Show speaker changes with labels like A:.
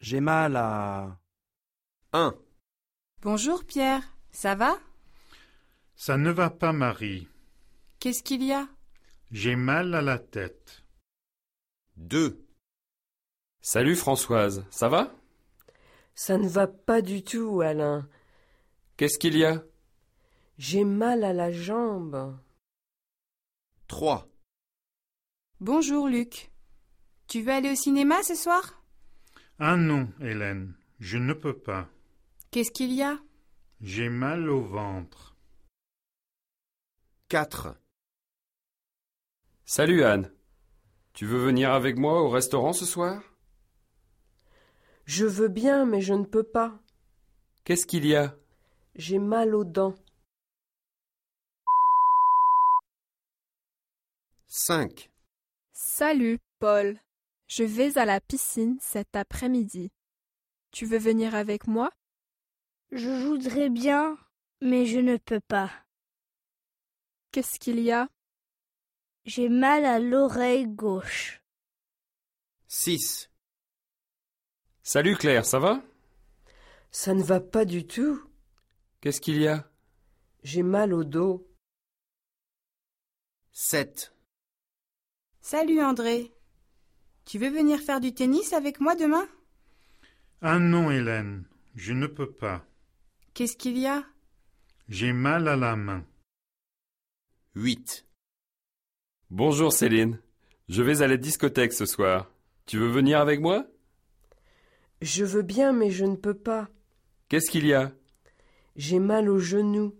A: J'ai mal à...
B: 1,
C: Bonjour Pierre, ça va
D: Ça ne va pas, Marie.
C: Qu'est-ce qu'il y a
D: J'ai mal à la tête.
B: 2,
E: Salut Françoise, ça va
F: Ça ne va pas du tout, Alain.
E: Qu'est-ce qu'il y a
F: J'ai mal à la jambe.
B: 3,
C: Bonjour Luc. Tu veux aller au cinéma ce soir
D: Ah non, Hélène, je ne peux pas.
C: Qu'est-ce qu'il y a
D: J'ai mal au ventre.
B: 4,
E: Salut Anne. Tu veux venir avec moi au restaurant ce soir
F: Je veux bien, mais je ne peux pas.
E: Qu'est-ce qu'il y a
F: J'ai mal aux dents.
B: 5,
G: Salut, Paul. Je vais à la piscine cet après-midi. Tu veux venir avec moi
H: Je voudrais bien, mais je ne peux pas.
G: Qu'est-ce qu'il y a
H: J'ai mal à l'oreille gauche.
B: 6,
E: Salut Claire, ça va
F: Ça ne va pas du tout.
E: Qu'est-ce qu'il y a
F: J'ai mal au dos.
B: 7,
C: Salut André. Tu veux venir faire du tennis avec moi demain
D: Ah non, Hélène, je ne peux pas.
C: Qu'est-ce qu'il y a
D: J'ai mal à la main.
B: 8,
E: Bonjour Céline. Je vais à la discothèque ce soir. Tu veux venir avec moi
F: Je veux bien, mais je ne peux pas.
E: Qu'est-ce qu'il y a
F: J'ai mal au genou.